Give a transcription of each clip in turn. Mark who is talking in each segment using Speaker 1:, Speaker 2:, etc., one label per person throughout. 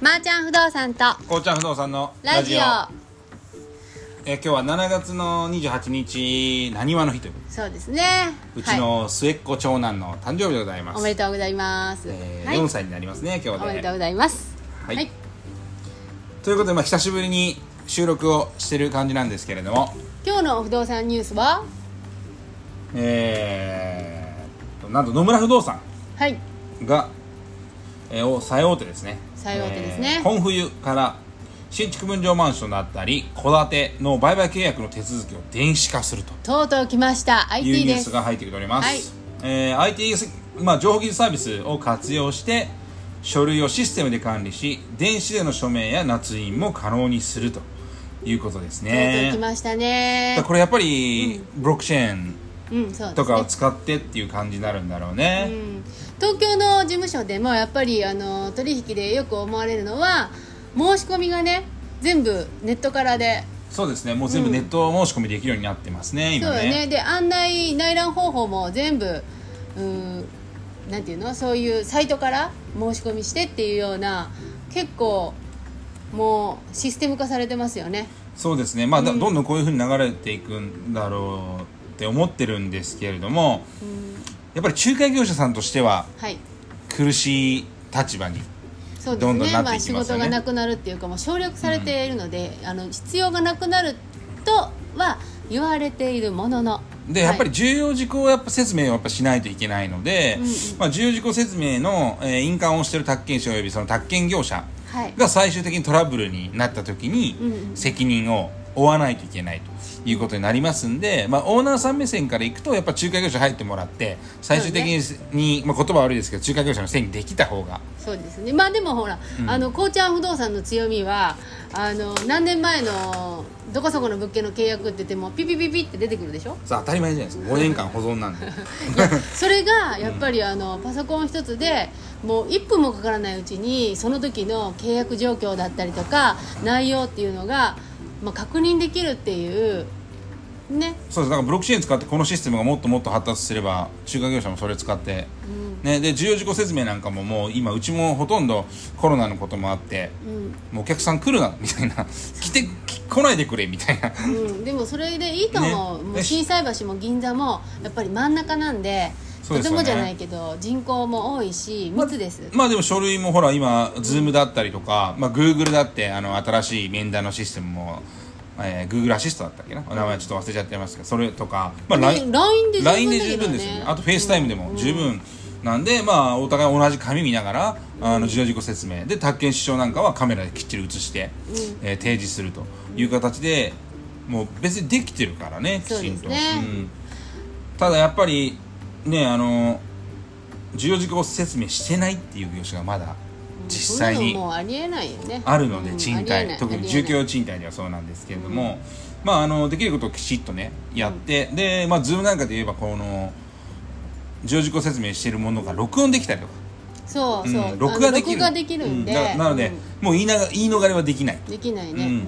Speaker 1: まー、ちゃん不動産と
Speaker 2: こうちゃん不動産の
Speaker 1: ラジオ
Speaker 2: えー今日は7月の28日なにわの日というこ
Speaker 1: そうですね
Speaker 2: とでうち
Speaker 1: はい、
Speaker 2: の末っ子長男の誕生日でございます、
Speaker 1: おめでとうございます、
Speaker 2: えー
Speaker 1: はい、
Speaker 2: 4歳になりますね今日
Speaker 1: おめで
Speaker 2: で
Speaker 1: とうございます
Speaker 2: はいということで、まあ、久しぶりに収録をしてる感じなんですけれども
Speaker 1: 今日の不動産ニュースは
Speaker 2: えー、なんと野村不動産
Speaker 1: はい
Speaker 2: が、えーを最大手ですね
Speaker 1: 最大手ですね
Speaker 2: 今冬から新築分譲マンションだったり戸建ての売買契約の手続きを電子化すると
Speaker 1: とうとう来ました
Speaker 2: いう
Speaker 1: IT
Speaker 2: ニュ
Speaker 1: で
Speaker 2: ー
Speaker 1: す
Speaker 2: スが入ってきております、
Speaker 1: はい
Speaker 2: えー IT、まあ、情報技術サービスを活用して書類をシステムで管理し電子での署名や捺印も可能にするということです
Speaker 1: とうとう来
Speaker 2: ね
Speaker 1: ましたね
Speaker 2: これやっぱり、ブロックチェーン
Speaker 1: うんそうですね
Speaker 2: とかを使ってっていう感じになるんだろうね、
Speaker 1: うん東京の事務所でもやっぱりあの取引でよく思われるのは申し込みがね全部ネットからで
Speaker 2: そうですねもう全部ネット申し込みできるようになってますね、
Speaker 1: そ
Speaker 2: 今
Speaker 1: うよ
Speaker 2: ね
Speaker 1: ねで案内内覧方法も全部うんなんていうのそういうサイトから申し込みしてっていうような結構もうシステム化されてますよね
Speaker 2: そうですねまあ、だどんどんこういうふうに流れていくんだろうって思ってるんですけれども、やっぱり仲介業者さんとしては
Speaker 1: はい
Speaker 2: 苦しい立場に
Speaker 1: そうですね
Speaker 2: どんどんなっていき
Speaker 1: 仕
Speaker 2: ます
Speaker 1: 事
Speaker 2: よね
Speaker 1: がなくなるっていうかもう省略されているので、あの必要がなくなるとは言われているものの
Speaker 2: でやっぱり重要事項やっぱ説明をやっぱしないといけないので、
Speaker 1: うんうん
Speaker 2: まあ、重要事項説明の、えー印鑑をしている宅建士およびその宅建業者
Speaker 1: はい、はい
Speaker 2: が最終的にトラブルになった時
Speaker 1: うんう
Speaker 2: に
Speaker 1: ん
Speaker 2: 責任を負わないといけないということになりますんで、まあ、オーナーさん目線からいくとやっぱ仲介業者入ってもらって最終的に,、まあ、言葉は悪いですけど仲介業者のせいにできた方が
Speaker 1: そうですねまあでもほら、あのこうちゃん不動産の強みはあの何年前のどこそこの物件の契約って言ってもピピピピって出てくるで しょ
Speaker 2: さあ当たり前じゃないですか5年間保存なんで
Speaker 1: いやそれがやっぱりあのパソコン一つでもう1分もかからないうちにその時の契約状況だったりとか内容っていうのが、まあ、確認できるっていうね
Speaker 2: そうですだからブロックチェーン使ってこのシステムがもっともっと発達すれば仲介業者もそれ使って、ね、で重要事項説明なんかももう今うちもほとんどコロナのこともあって、もうお客さん来るなみたいな来てき来ないでくれみたいな。
Speaker 1: うん、でもそれでいいと思う,、
Speaker 2: ね
Speaker 1: もう
Speaker 2: ね
Speaker 1: 心斎橋も銀座もやっぱり真ん中なんで
Speaker 2: そ
Speaker 1: と
Speaker 2: う
Speaker 1: て
Speaker 2: ですよね
Speaker 1: もじゃないけど人口も多いし密です、
Speaker 2: まあでも書類もほら今 Zoom だったりとか、まあ、Google だってあの新しい面談のシステムも、えー、Google アシストだったっけなお名前ちょっと忘れちゃってますけどそれとか、まあ、
Speaker 1: ね
Speaker 2: LINE
Speaker 1: LINE で十分だけどね
Speaker 2: LINE で十分ですよねあと FaceTime でも十分なんで、まあお互い同じ紙見ながらあの重要事項説明で宅建市長なんかはカメラできっちり映して、えー提示するという形でもう別にできてるからねきちん
Speaker 1: そ
Speaker 2: と。
Speaker 1: うですね
Speaker 2: うんただやっぱりねあの重要事項説明してないっていう業種がまだ実際
Speaker 1: そん
Speaker 2: に
Speaker 1: なのもうありえないよね
Speaker 2: あるので
Speaker 1: うん
Speaker 2: 賃
Speaker 1: ありえな
Speaker 2: 貸
Speaker 1: い
Speaker 2: 特に住居用賃貸ではそうなんですけれども、まああのできることをきちっとねやって、でまあ Zoom なんかで言えばこの重要事項説明しているものが録音できたりとか、
Speaker 1: そうそう、
Speaker 2: うん録画できる
Speaker 1: あの録画できるんで、
Speaker 2: うだなので、もう言いなが言い逃れはできない
Speaker 1: うんできないね、
Speaker 2: うん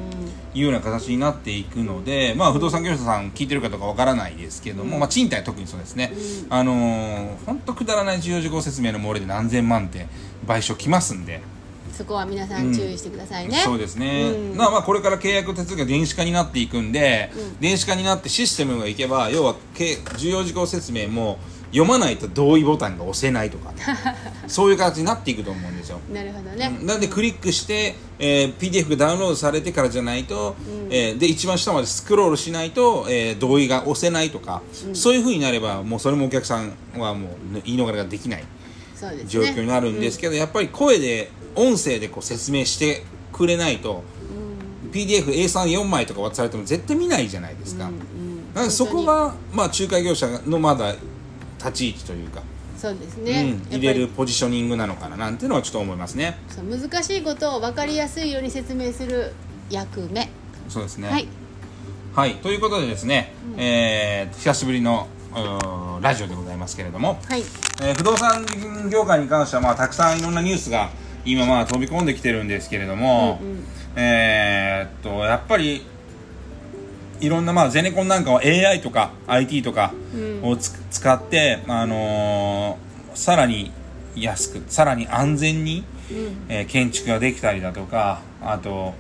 Speaker 2: いうような形になっていくので、まあ、不動産業者さん聞いてるかどうかわからないですけども、まあ、賃貸は特にそうですね、あのー、ほんとくだらない重要事項説明の漏れで何千万って賠償きますんで、
Speaker 1: うんそこは皆さん注意してくださいね、
Speaker 2: そうですね、
Speaker 1: うん
Speaker 2: まあまあこれから契約手続きが電子化になっていくんで、
Speaker 1: うん
Speaker 2: 電子化になってシステムがいけば要はけ重要事項説明も読まないと同意ボタンが押せないとか、 そういう形になっていくと思うんですよ
Speaker 1: なるほどね、
Speaker 2: なんでクリックして、えー PDF がダウンロードされてからじゃないと、えーで一番下までスクロールしないと、えー同意が押せないとか、そういうふうになればもうそれもお客さんはもうね言い逃れができない
Speaker 1: そうですね
Speaker 2: 状況になるんですけど、やっぱり声で音声でこう説明してくれないと、PDFA34 枚とか渡されても絶対見ないじゃないですか、
Speaker 1: うん
Speaker 2: なんでそこが、まあ、仲介業者のまだ立ち位置というか、
Speaker 1: そうですね、
Speaker 2: うん入れるポジショニングなのかななんていうのはちょっと思いますね。
Speaker 1: そう難しいことを分かりやすいように説明する役目、
Speaker 2: そうですね、
Speaker 1: はい
Speaker 2: はい、ということでですね、えー久しぶりのうーラジオでございますけれども、
Speaker 1: はい
Speaker 2: えー不動産業界に関しては、まあ、たくさんいろんなニュースが今、まあ、飛び込んできてるんですけれども、
Speaker 1: うんうん
Speaker 2: えーっとやっぱりいろんな、まあ、ゼネコンなんかは AI とか IT とかをつ使って、あのーさらに安くさらに安全にえー建築ができたりだとかあと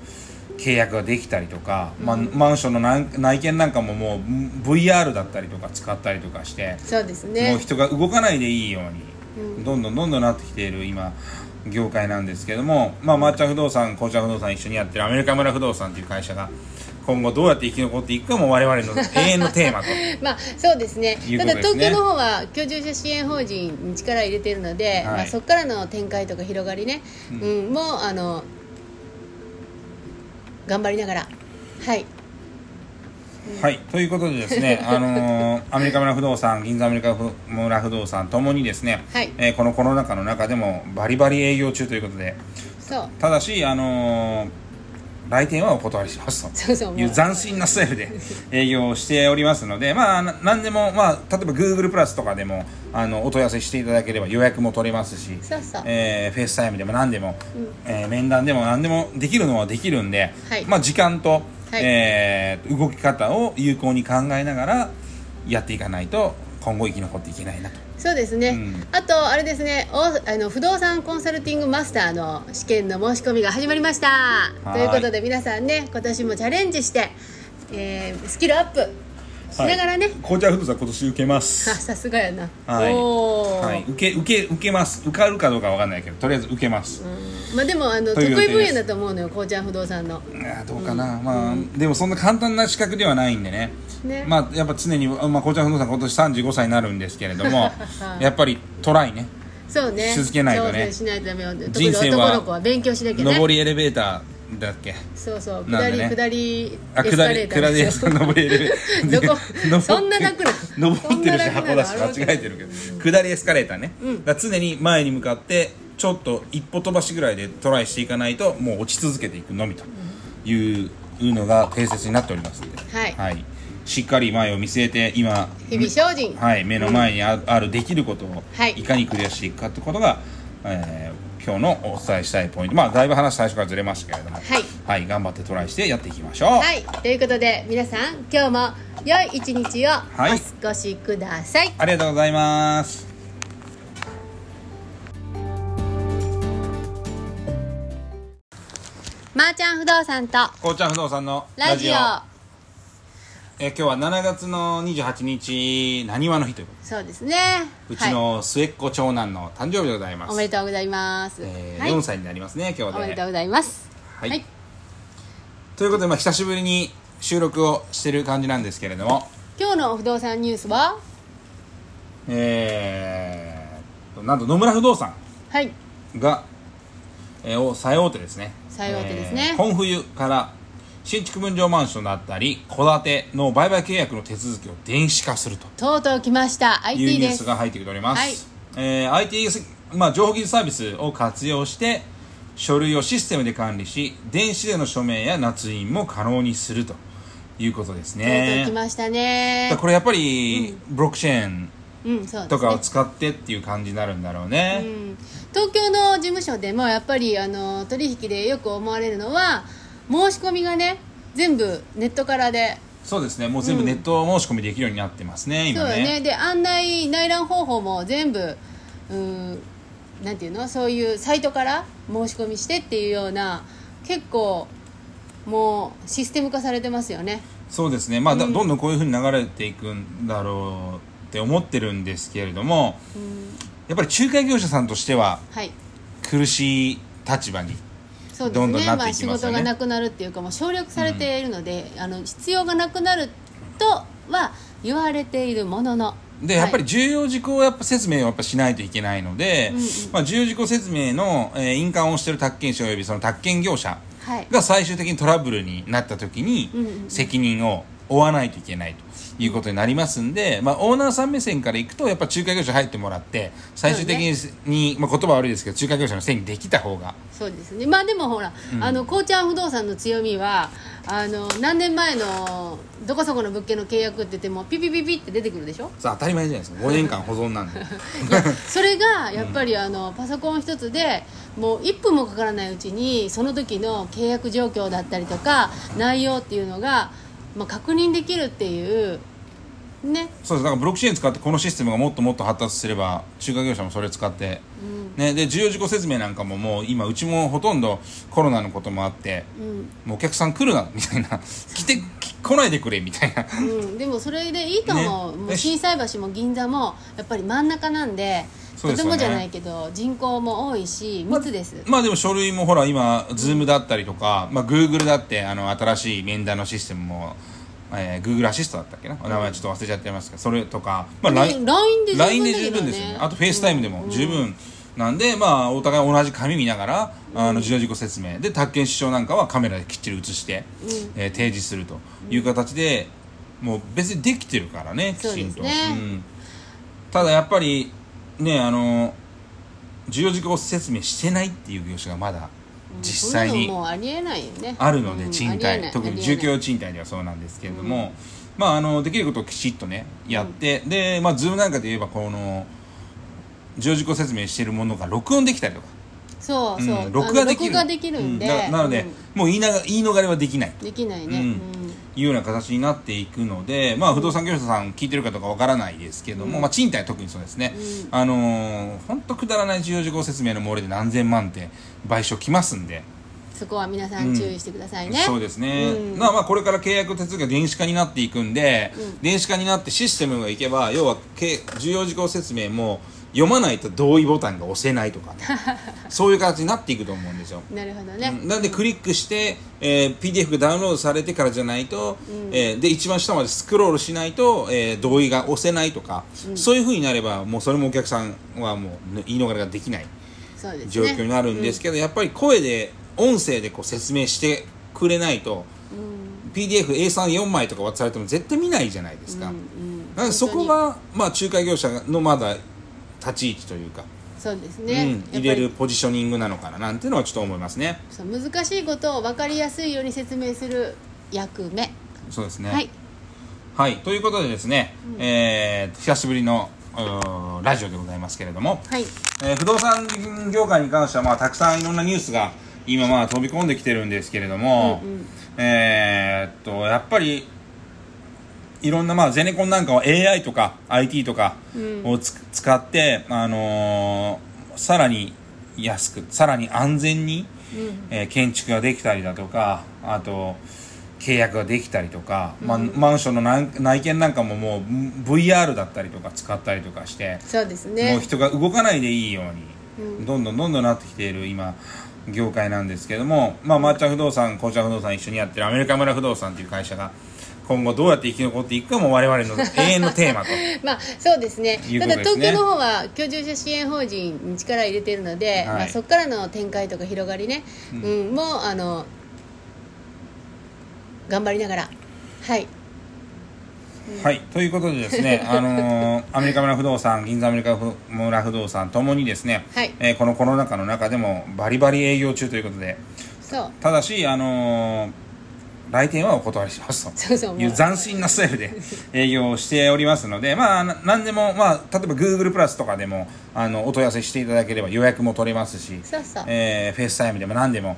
Speaker 2: 契約ができたりとか、まあ、マンションのなん内見なんかももう VR だったりとか使ったりとかして、
Speaker 1: そうです
Speaker 2: も
Speaker 1: ね
Speaker 2: う人が動かないでいいように、どんどんどんどんなってきている今業界なんですけども、まあ、抹茶不動産紅茶不動産一緒にやってるアメリカ村不動産という会社が今後どうやって生き残っていくかも我々の永遠のテ ーマと
Speaker 1: まあそうですね
Speaker 2: いうこ
Speaker 1: た
Speaker 2: と
Speaker 1: だ
Speaker 2: です
Speaker 1: 東
Speaker 2: ね
Speaker 1: 京の方は居住者支援法人に力入れているので、
Speaker 2: はい
Speaker 1: まあ、そこからの展開とか広がりね、うんもうあの頑張りながらはい
Speaker 2: はいということでですね、 あのーアメリカ村不動産銀座アメリカ村不動産ともにですね、
Speaker 1: はい
Speaker 2: えーこのコロナ禍の中でもバリバリ営業中ということで
Speaker 1: そう
Speaker 2: ただし、あのー来店はお断りしますと
Speaker 1: そうそうもう
Speaker 2: いう斬新なスタイ ルで営業をしておりますので、まあ、ななんでも、まあ、例えば Google プラスとかでもあのお問い合わせしていただければ予約も取れますし、
Speaker 1: そうそう
Speaker 2: えーフェイスタイムでも何でも、えー面談でも何でもできるのはできるんで、
Speaker 1: はい
Speaker 2: まあ、時間と、
Speaker 1: はい
Speaker 2: えー動き方を有効に考えながらやっていかないと今後生き残っていけないなと。
Speaker 1: そうですね、
Speaker 2: うん
Speaker 1: あとあれですねおあの不動産コンサルティングマスターの試験の申し込みが始まりました
Speaker 2: はい
Speaker 1: ということで皆さんね今年もチャレンジして、えースキルアップしながらね、
Speaker 2: はい紅茶不動産今年受 けます
Speaker 1: あさすがやな、
Speaker 2: はい
Speaker 1: おお、
Speaker 2: はい、受け受け受けます受かるかどうかわかんないけどとりあえず受けます、
Speaker 1: まあでもあの
Speaker 2: と
Speaker 1: 得
Speaker 2: いう予定
Speaker 1: 意分
Speaker 2: で
Speaker 1: 野
Speaker 2: す
Speaker 1: だと思うのよこうちゃん不動産の
Speaker 2: いやどうかな、まあでもそんな簡単な資格ではないんでね
Speaker 1: ね
Speaker 2: まあやっぱ常に、まあ、こちら不動産今年35歳になるんですけれど もやっぱりトライね
Speaker 1: そうね
Speaker 2: し続けないとね
Speaker 1: 挑戦しないとダメよ特に
Speaker 2: 人生は
Speaker 1: 男の子は勉強しなきゃね
Speaker 2: 上りエレベーターだっけ
Speaker 1: そうそう
Speaker 2: な
Speaker 1: 下
Speaker 2: んで
Speaker 1: り、
Speaker 2: ね
Speaker 1: 下り
Speaker 2: あ
Speaker 1: エスカ
Speaker 2: 下
Speaker 1: レー
Speaker 2: り
Speaker 1: ター
Speaker 2: 下り
Speaker 1: で
Speaker 2: ですす上りエレベー ター
Speaker 1: そうそんな楽な
Speaker 2: 登ってる
Speaker 1: そん
Speaker 2: し
Speaker 1: な楽なの
Speaker 2: 箱だし
Speaker 1: あるわけ
Speaker 2: 間違えてるけど下りエスカレーターね、だから常に前に向かってちょっと一歩飛ばしぐらいでトライしていかないともう落ち続けていくのみというのが定説になっておりますので、
Speaker 1: はい
Speaker 2: しっかり前を見据えて今
Speaker 1: 日々精進
Speaker 2: はい、目の前にああるできることを
Speaker 1: はい
Speaker 2: いかにクリアしていくかってことが、えー今日のお伝えしたいポイントまあだいぶ話最初からずれましたけれども、
Speaker 1: はい
Speaker 2: はい、頑張ってトライしてやっていきましょう。
Speaker 1: はい、ということで皆さん今日も良い一日をお
Speaker 2: い
Speaker 1: 過ごしください
Speaker 2: ありがとうございます。
Speaker 1: まー、ちゃん不動産と
Speaker 2: こうちゃん不動産の
Speaker 1: ラジオ
Speaker 2: えー今日は7月の28日なにわの日ということ
Speaker 1: そうですね
Speaker 2: でうち
Speaker 1: はい、
Speaker 2: の末っ子長男の誕生日でございます、
Speaker 1: おめでとうございます、
Speaker 2: えー
Speaker 1: はい、
Speaker 2: 4歳になりますね今日
Speaker 1: おめで
Speaker 2: で
Speaker 1: とうございます
Speaker 2: はいということで、まあ、久しぶりに収録をしてる感じなんですけれども
Speaker 1: 今日の不動産ニュースは
Speaker 2: えー、なんと野村不動産
Speaker 1: はい
Speaker 2: が、えーを最大手ですね
Speaker 1: 最大手ですね
Speaker 2: えー今冬から新築分譲マンションだったり戸建ての売買契約の手続きを電子化すると
Speaker 1: とうとう来ました
Speaker 2: いう
Speaker 1: IT
Speaker 2: ニュ
Speaker 1: で
Speaker 2: ー
Speaker 1: す
Speaker 2: スが入ってきております、えー IT、まあ、情報技術サービスを活用して書類をシステムで管理し電子での署名や捺印も可能にするということです
Speaker 1: とうとう
Speaker 2: ね
Speaker 1: 来ましたね
Speaker 2: だからこれやっぱりブロックチェーン
Speaker 1: うんそうですね
Speaker 2: とかを使ってっていう感じになるんだろうね、
Speaker 1: うん東京の事務所でもやっぱりあの取引でよく思われるのは申し込みがね全部ネットからで
Speaker 2: そうですねもう全部ネット申し込みできるようになってますね、
Speaker 1: そう
Speaker 2: 今
Speaker 1: よね
Speaker 2: ね
Speaker 1: で案内内覧方法も全部うーんなんていうのそういうサイトから申し込みしてっていうような結構もうシステム化されてますよね
Speaker 2: そうですねまあ、だどんどんこういうふうに流れていくんだろうって思ってるんですけれども、やっぱり仲介業者さんとしては
Speaker 1: はい
Speaker 2: 苦しい立場に
Speaker 1: そうですね
Speaker 2: どんどんなっ
Speaker 1: ま
Speaker 2: て
Speaker 1: あ、
Speaker 2: いき
Speaker 1: 仕
Speaker 2: ます
Speaker 1: 事
Speaker 2: よね
Speaker 1: がなくなるっていうかもう省略されているので、あの必要がなくなるとは言われているものの
Speaker 2: で、
Speaker 1: はい
Speaker 2: やっぱり重要事項やっぱ説明をやっぱしないといけないので、まあ、重要事項説明の、えー印鑑をしている宅建士およびその宅建業者
Speaker 1: はい
Speaker 2: が最終的にトラブルになった時に責任を負わないといけないということになりますんで、まあ、オーナーさん目線からいくとやっぱ仲介業者入ってもらって最終的に,、まあ、言葉は悪いですけど仲介業者のせいにできた方が
Speaker 1: そうですねまあでもほら、あのこうちゃん不動産の強みはあの何年前のどこそこの物件の契約って言ってもピピピピって出てくるでしょ
Speaker 2: さあ当たり前じゃないですか5年間保存 なんで
Speaker 1: いやそれがやっぱりあのパソコン一つでもう1分もかからないうちにその時の契約状況だったりとか内容っていうのが、まあ、確認できるっていうね
Speaker 2: そうですだからブロックチェーン使ってこのシステムがもっともっと発達すれば中華業者もそれ使って、ね、で重要事項説明なんかももう今うちもほとんどコロナのこともあって、もうお客さん来るなみたいな 来てき来ないでくれみたいな
Speaker 1: うん、でもそれでいいと思う,、
Speaker 2: ね
Speaker 1: もう心斎橋も銀座もやっぱり真ん中なんで
Speaker 2: そう
Speaker 1: とて
Speaker 2: ですよね
Speaker 1: もじゃないけど人口も多いし密です、
Speaker 2: まあでも書類もほら今 Zoom だったりとか、まあ、Google だってあの新しい面談のシステムも、えー、Google アシストだったっけなお名前ちょっと忘れちゃってますけどそれとか、まあ、
Speaker 1: ね LINE
Speaker 2: LINE
Speaker 1: で十分だけどね
Speaker 2: LINE で十分ですよねあと FaceTime でも十分なんで、まあお互い同じ紙見ながらあの自動自己説明で宅建市場なんかはカメラできっちり映して、えー提示するという形で、もう別にできてるからねき
Speaker 1: そう
Speaker 2: ち
Speaker 1: で
Speaker 2: ん
Speaker 1: す
Speaker 2: と。
Speaker 1: ね
Speaker 2: うんただやっぱりねあの重要事項説明してないっていう業種がまだ実際に
Speaker 1: そんなのもうありえないよね
Speaker 2: あるので、
Speaker 1: うん
Speaker 2: 賃
Speaker 1: ありえな
Speaker 2: 貸
Speaker 1: い
Speaker 2: 特に
Speaker 1: ありえ
Speaker 2: 住
Speaker 1: ない
Speaker 2: 居賃貸ではそうなんですけれども、まああのできることをきちっとねやって、でまあ Zoom なんかで言えばこの重要事項説明してるものが録音できたりとか、
Speaker 1: そうそう、
Speaker 2: うん録画で
Speaker 1: あ
Speaker 2: き
Speaker 1: の録
Speaker 2: る
Speaker 1: 画できるんで、
Speaker 2: うななので、
Speaker 1: うん
Speaker 2: もう言いなが言い逃れはできない
Speaker 1: できないね、
Speaker 2: う
Speaker 1: うんん
Speaker 2: いうような形になっていくので、まあ、不動産業者さん聞いてるかどうかわからないですけども、まあ、賃貸は特にそうですね、あのーほんとくだらない重要事項説明の漏れで何千万って賠償きますんで、
Speaker 1: そこは皆さん注意してくださいね、
Speaker 2: そうですね、
Speaker 1: うん
Speaker 2: まあまあこれから契約手続きが電子化になっていくんで、電子化になってシステムがいけば要はけ重要事項説明も読まないと同意ボタンが押せない とかねそういう形になっていくと思うんですよ
Speaker 1: なるほどね、
Speaker 2: なんでクリックして、えー PDF がダウンロードされてからじゃないと、えーで一番下までスクロールしないと、えー同意が押せないとか、そういうふうになればもうそれもお客さんはもう言い逃れができない
Speaker 1: そうですね
Speaker 2: 状況になるんですけど、やっぱり声で音声でこう説明してくれないと、PDFA34 枚とか渡されても絶対見ないじゃないですか、
Speaker 1: うん
Speaker 2: なんでそこが、まあ、仲介業者のまだ立ち位置というか、
Speaker 1: そうですね、
Speaker 2: うん、入れるポジショニングなのかななんていうのはちょっと思いますね。
Speaker 1: そう難しいことを分かりやすいように説明する役目、
Speaker 2: そうですね、
Speaker 1: はい
Speaker 2: はい、ということでですね、えー久しぶりのうーラジオでございますけれども、
Speaker 1: はい
Speaker 2: えー不動産業界に関しては、まあ、たくさんいろんなニュースが今、まあ、飛び込んできてるんですけれども、えーっとやっぱりいろんな、まあ、ゼネコンなんかは AI とか IT とかをつ、使って、あのーさらに安くさらに安全に、えー建築ができたりだとかあと契約ができたりとか、まあ、マンションのなん内見なんかももう VR だったりとか使ったりとかして、
Speaker 1: そうです
Speaker 2: もう
Speaker 1: ね
Speaker 2: 人が動かないでいいように、どんどんどんどんなってきている今業界なんですけども、まあ、抹茶不動産紅茶不動産一緒にやってるアメリカ村不動産という会社が今後どうやって生き残っていくかも我々 の永遠のテーマと
Speaker 1: まあそうですね
Speaker 2: いうこ
Speaker 1: た
Speaker 2: と
Speaker 1: だ
Speaker 2: です
Speaker 1: 東
Speaker 2: ね
Speaker 1: 京の方は居住者支援法人に力を入れているので、
Speaker 2: い
Speaker 1: まあ、そこからの展開とか広がりね、うんもうあの頑張りながらはい
Speaker 2: はい、ということでで すね、あのーアメリカ村不動産、銀座アメリカ村不動産ともにですね、
Speaker 1: はい
Speaker 2: えーこのコロナ禍の中でもバリバリ営業中ということで、
Speaker 1: そう
Speaker 2: ただし、あのー来店はお断りしますと
Speaker 1: そうそう
Speaker 2: いう斬新なスタイ ルで営業をしておりますので、まあ、ななんでも、まあ、例えば Google プラスとかでもあのお問い合わせしていただければ予約も取れますし、
Speaker 1: そうそう
Speaker 2: えーフェイスタイムでも何でも、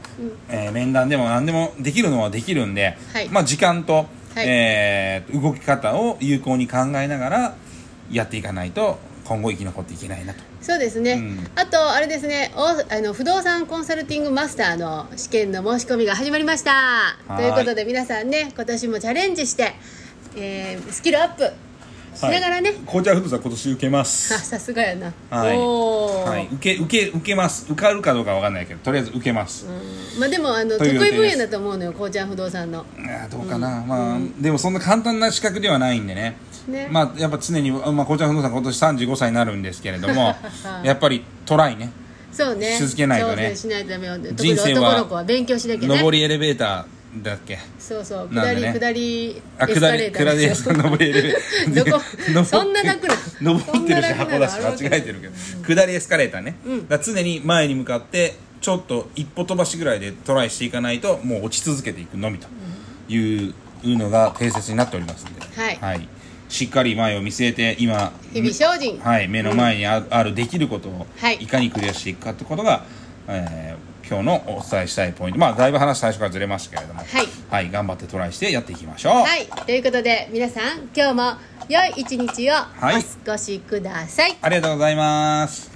Speaker 2: えー面談でも何でもできるのはできるんで、
Speaker 1: はい
Speaker 2: まあ、時間と、
Speaker 1: はい
Speaker 2: えー動き方を有効に考えながらやっていかないと今後生き残っていけないなと。
Speaker 1: そうですね、
Speaker 2: うん
Speaker 1: あとあれですねおあの不動産コンサルティングマスターの試験の申し込みが始まりました
Speaker 2: はい
Speaker 1: ということで皆さんね今年もチャレンジして、えースキルアップしながらね、
Speaker 2: はい、紅茶不動産今年受 けます
Speaker 1: あさすがやな、
Speaker 2: はい
Speaker 1: おー
Speaker 2: はい、受け受け受けます受かるかどうかわかんないけどとりあえず受けます、
Speaker 1: まあでもあの
Speaker 2: と
Speaker 1: 得
Speaker 2: いう予定
Speaker 1: 意分
Speaker 2: です
Speaker 1: 野だと思うのよこうちゃん不動産の
Speaker 2: いやどうかな、まあ、でもそんな簡単な資格ではないんでね
Speaker 1: ね
Speaker 2: まあやっぱ常に、まあ、こちら不動産今年35歳になるんですけれどもやっぱりトライね
Speaker 1: そうね
Speaker 2: し続けないとね
Speaker 1: 挑戦しないとダメよ特に
Speaker 2: 人生は
Speaker 1: 男の子は勉強しなきゃね
Speaker 2: 上りエレベーターだっけ
Speaker 1: そうそう
Speaker 2: な
Speaker 1: 下
Speaker 2: んで
Speaker 1: り、
Speaker 2: ね
Speaker 1: 下り
Speaker 2: あ
Speaker 1: エス
Speaker 2: 下
Speaker 1: カレ
Speaker 2: り
Speaker 1: ータ
Speaker 2: 下
Speaker 1: ー
Speaker 2: り
Speaker 1: で
Speaker 2: ですす
Speaker 1: よ
Speaker 2: か上りエレベーター
Speaker 1: どこ
Speaker 2: 登って
Speaker 1: そんな楽な
Speaker 2: 登っ
Speaker 1: そ
Speaker 2: てるし
Speaker 1: んな楽な
Speaker 2: 箱
Speaker 1: の
Speaker 2: だし間違えてるけど下りエスカレーターね、だから常に前に向かってちょっと一歩飛ばしぐらいでトライしていかないともう落ち続けていくのみというのが定説になっておりますので、
Speaker 1: はい
Speaker 2: しっかり前を見据えて今
Speaker 1: 日々精進
Speaker 2: はい、目の前にある,、あるできることを
Speaker 1: はい
Speaker 2: いかにクリアしていくかってことが、えー今日のお伝えしたいポイントまあだいぶ話最初からずれましたけれども
Speaker 1: はい
Speaker 2: はい、頑張ってトライしてやっていきましょう
Speaker 1: はいということで皆さん今日も良い一日を
Speaker 2: い
Speaker 1: お過ごしください
Speaker 2: ありがとうございます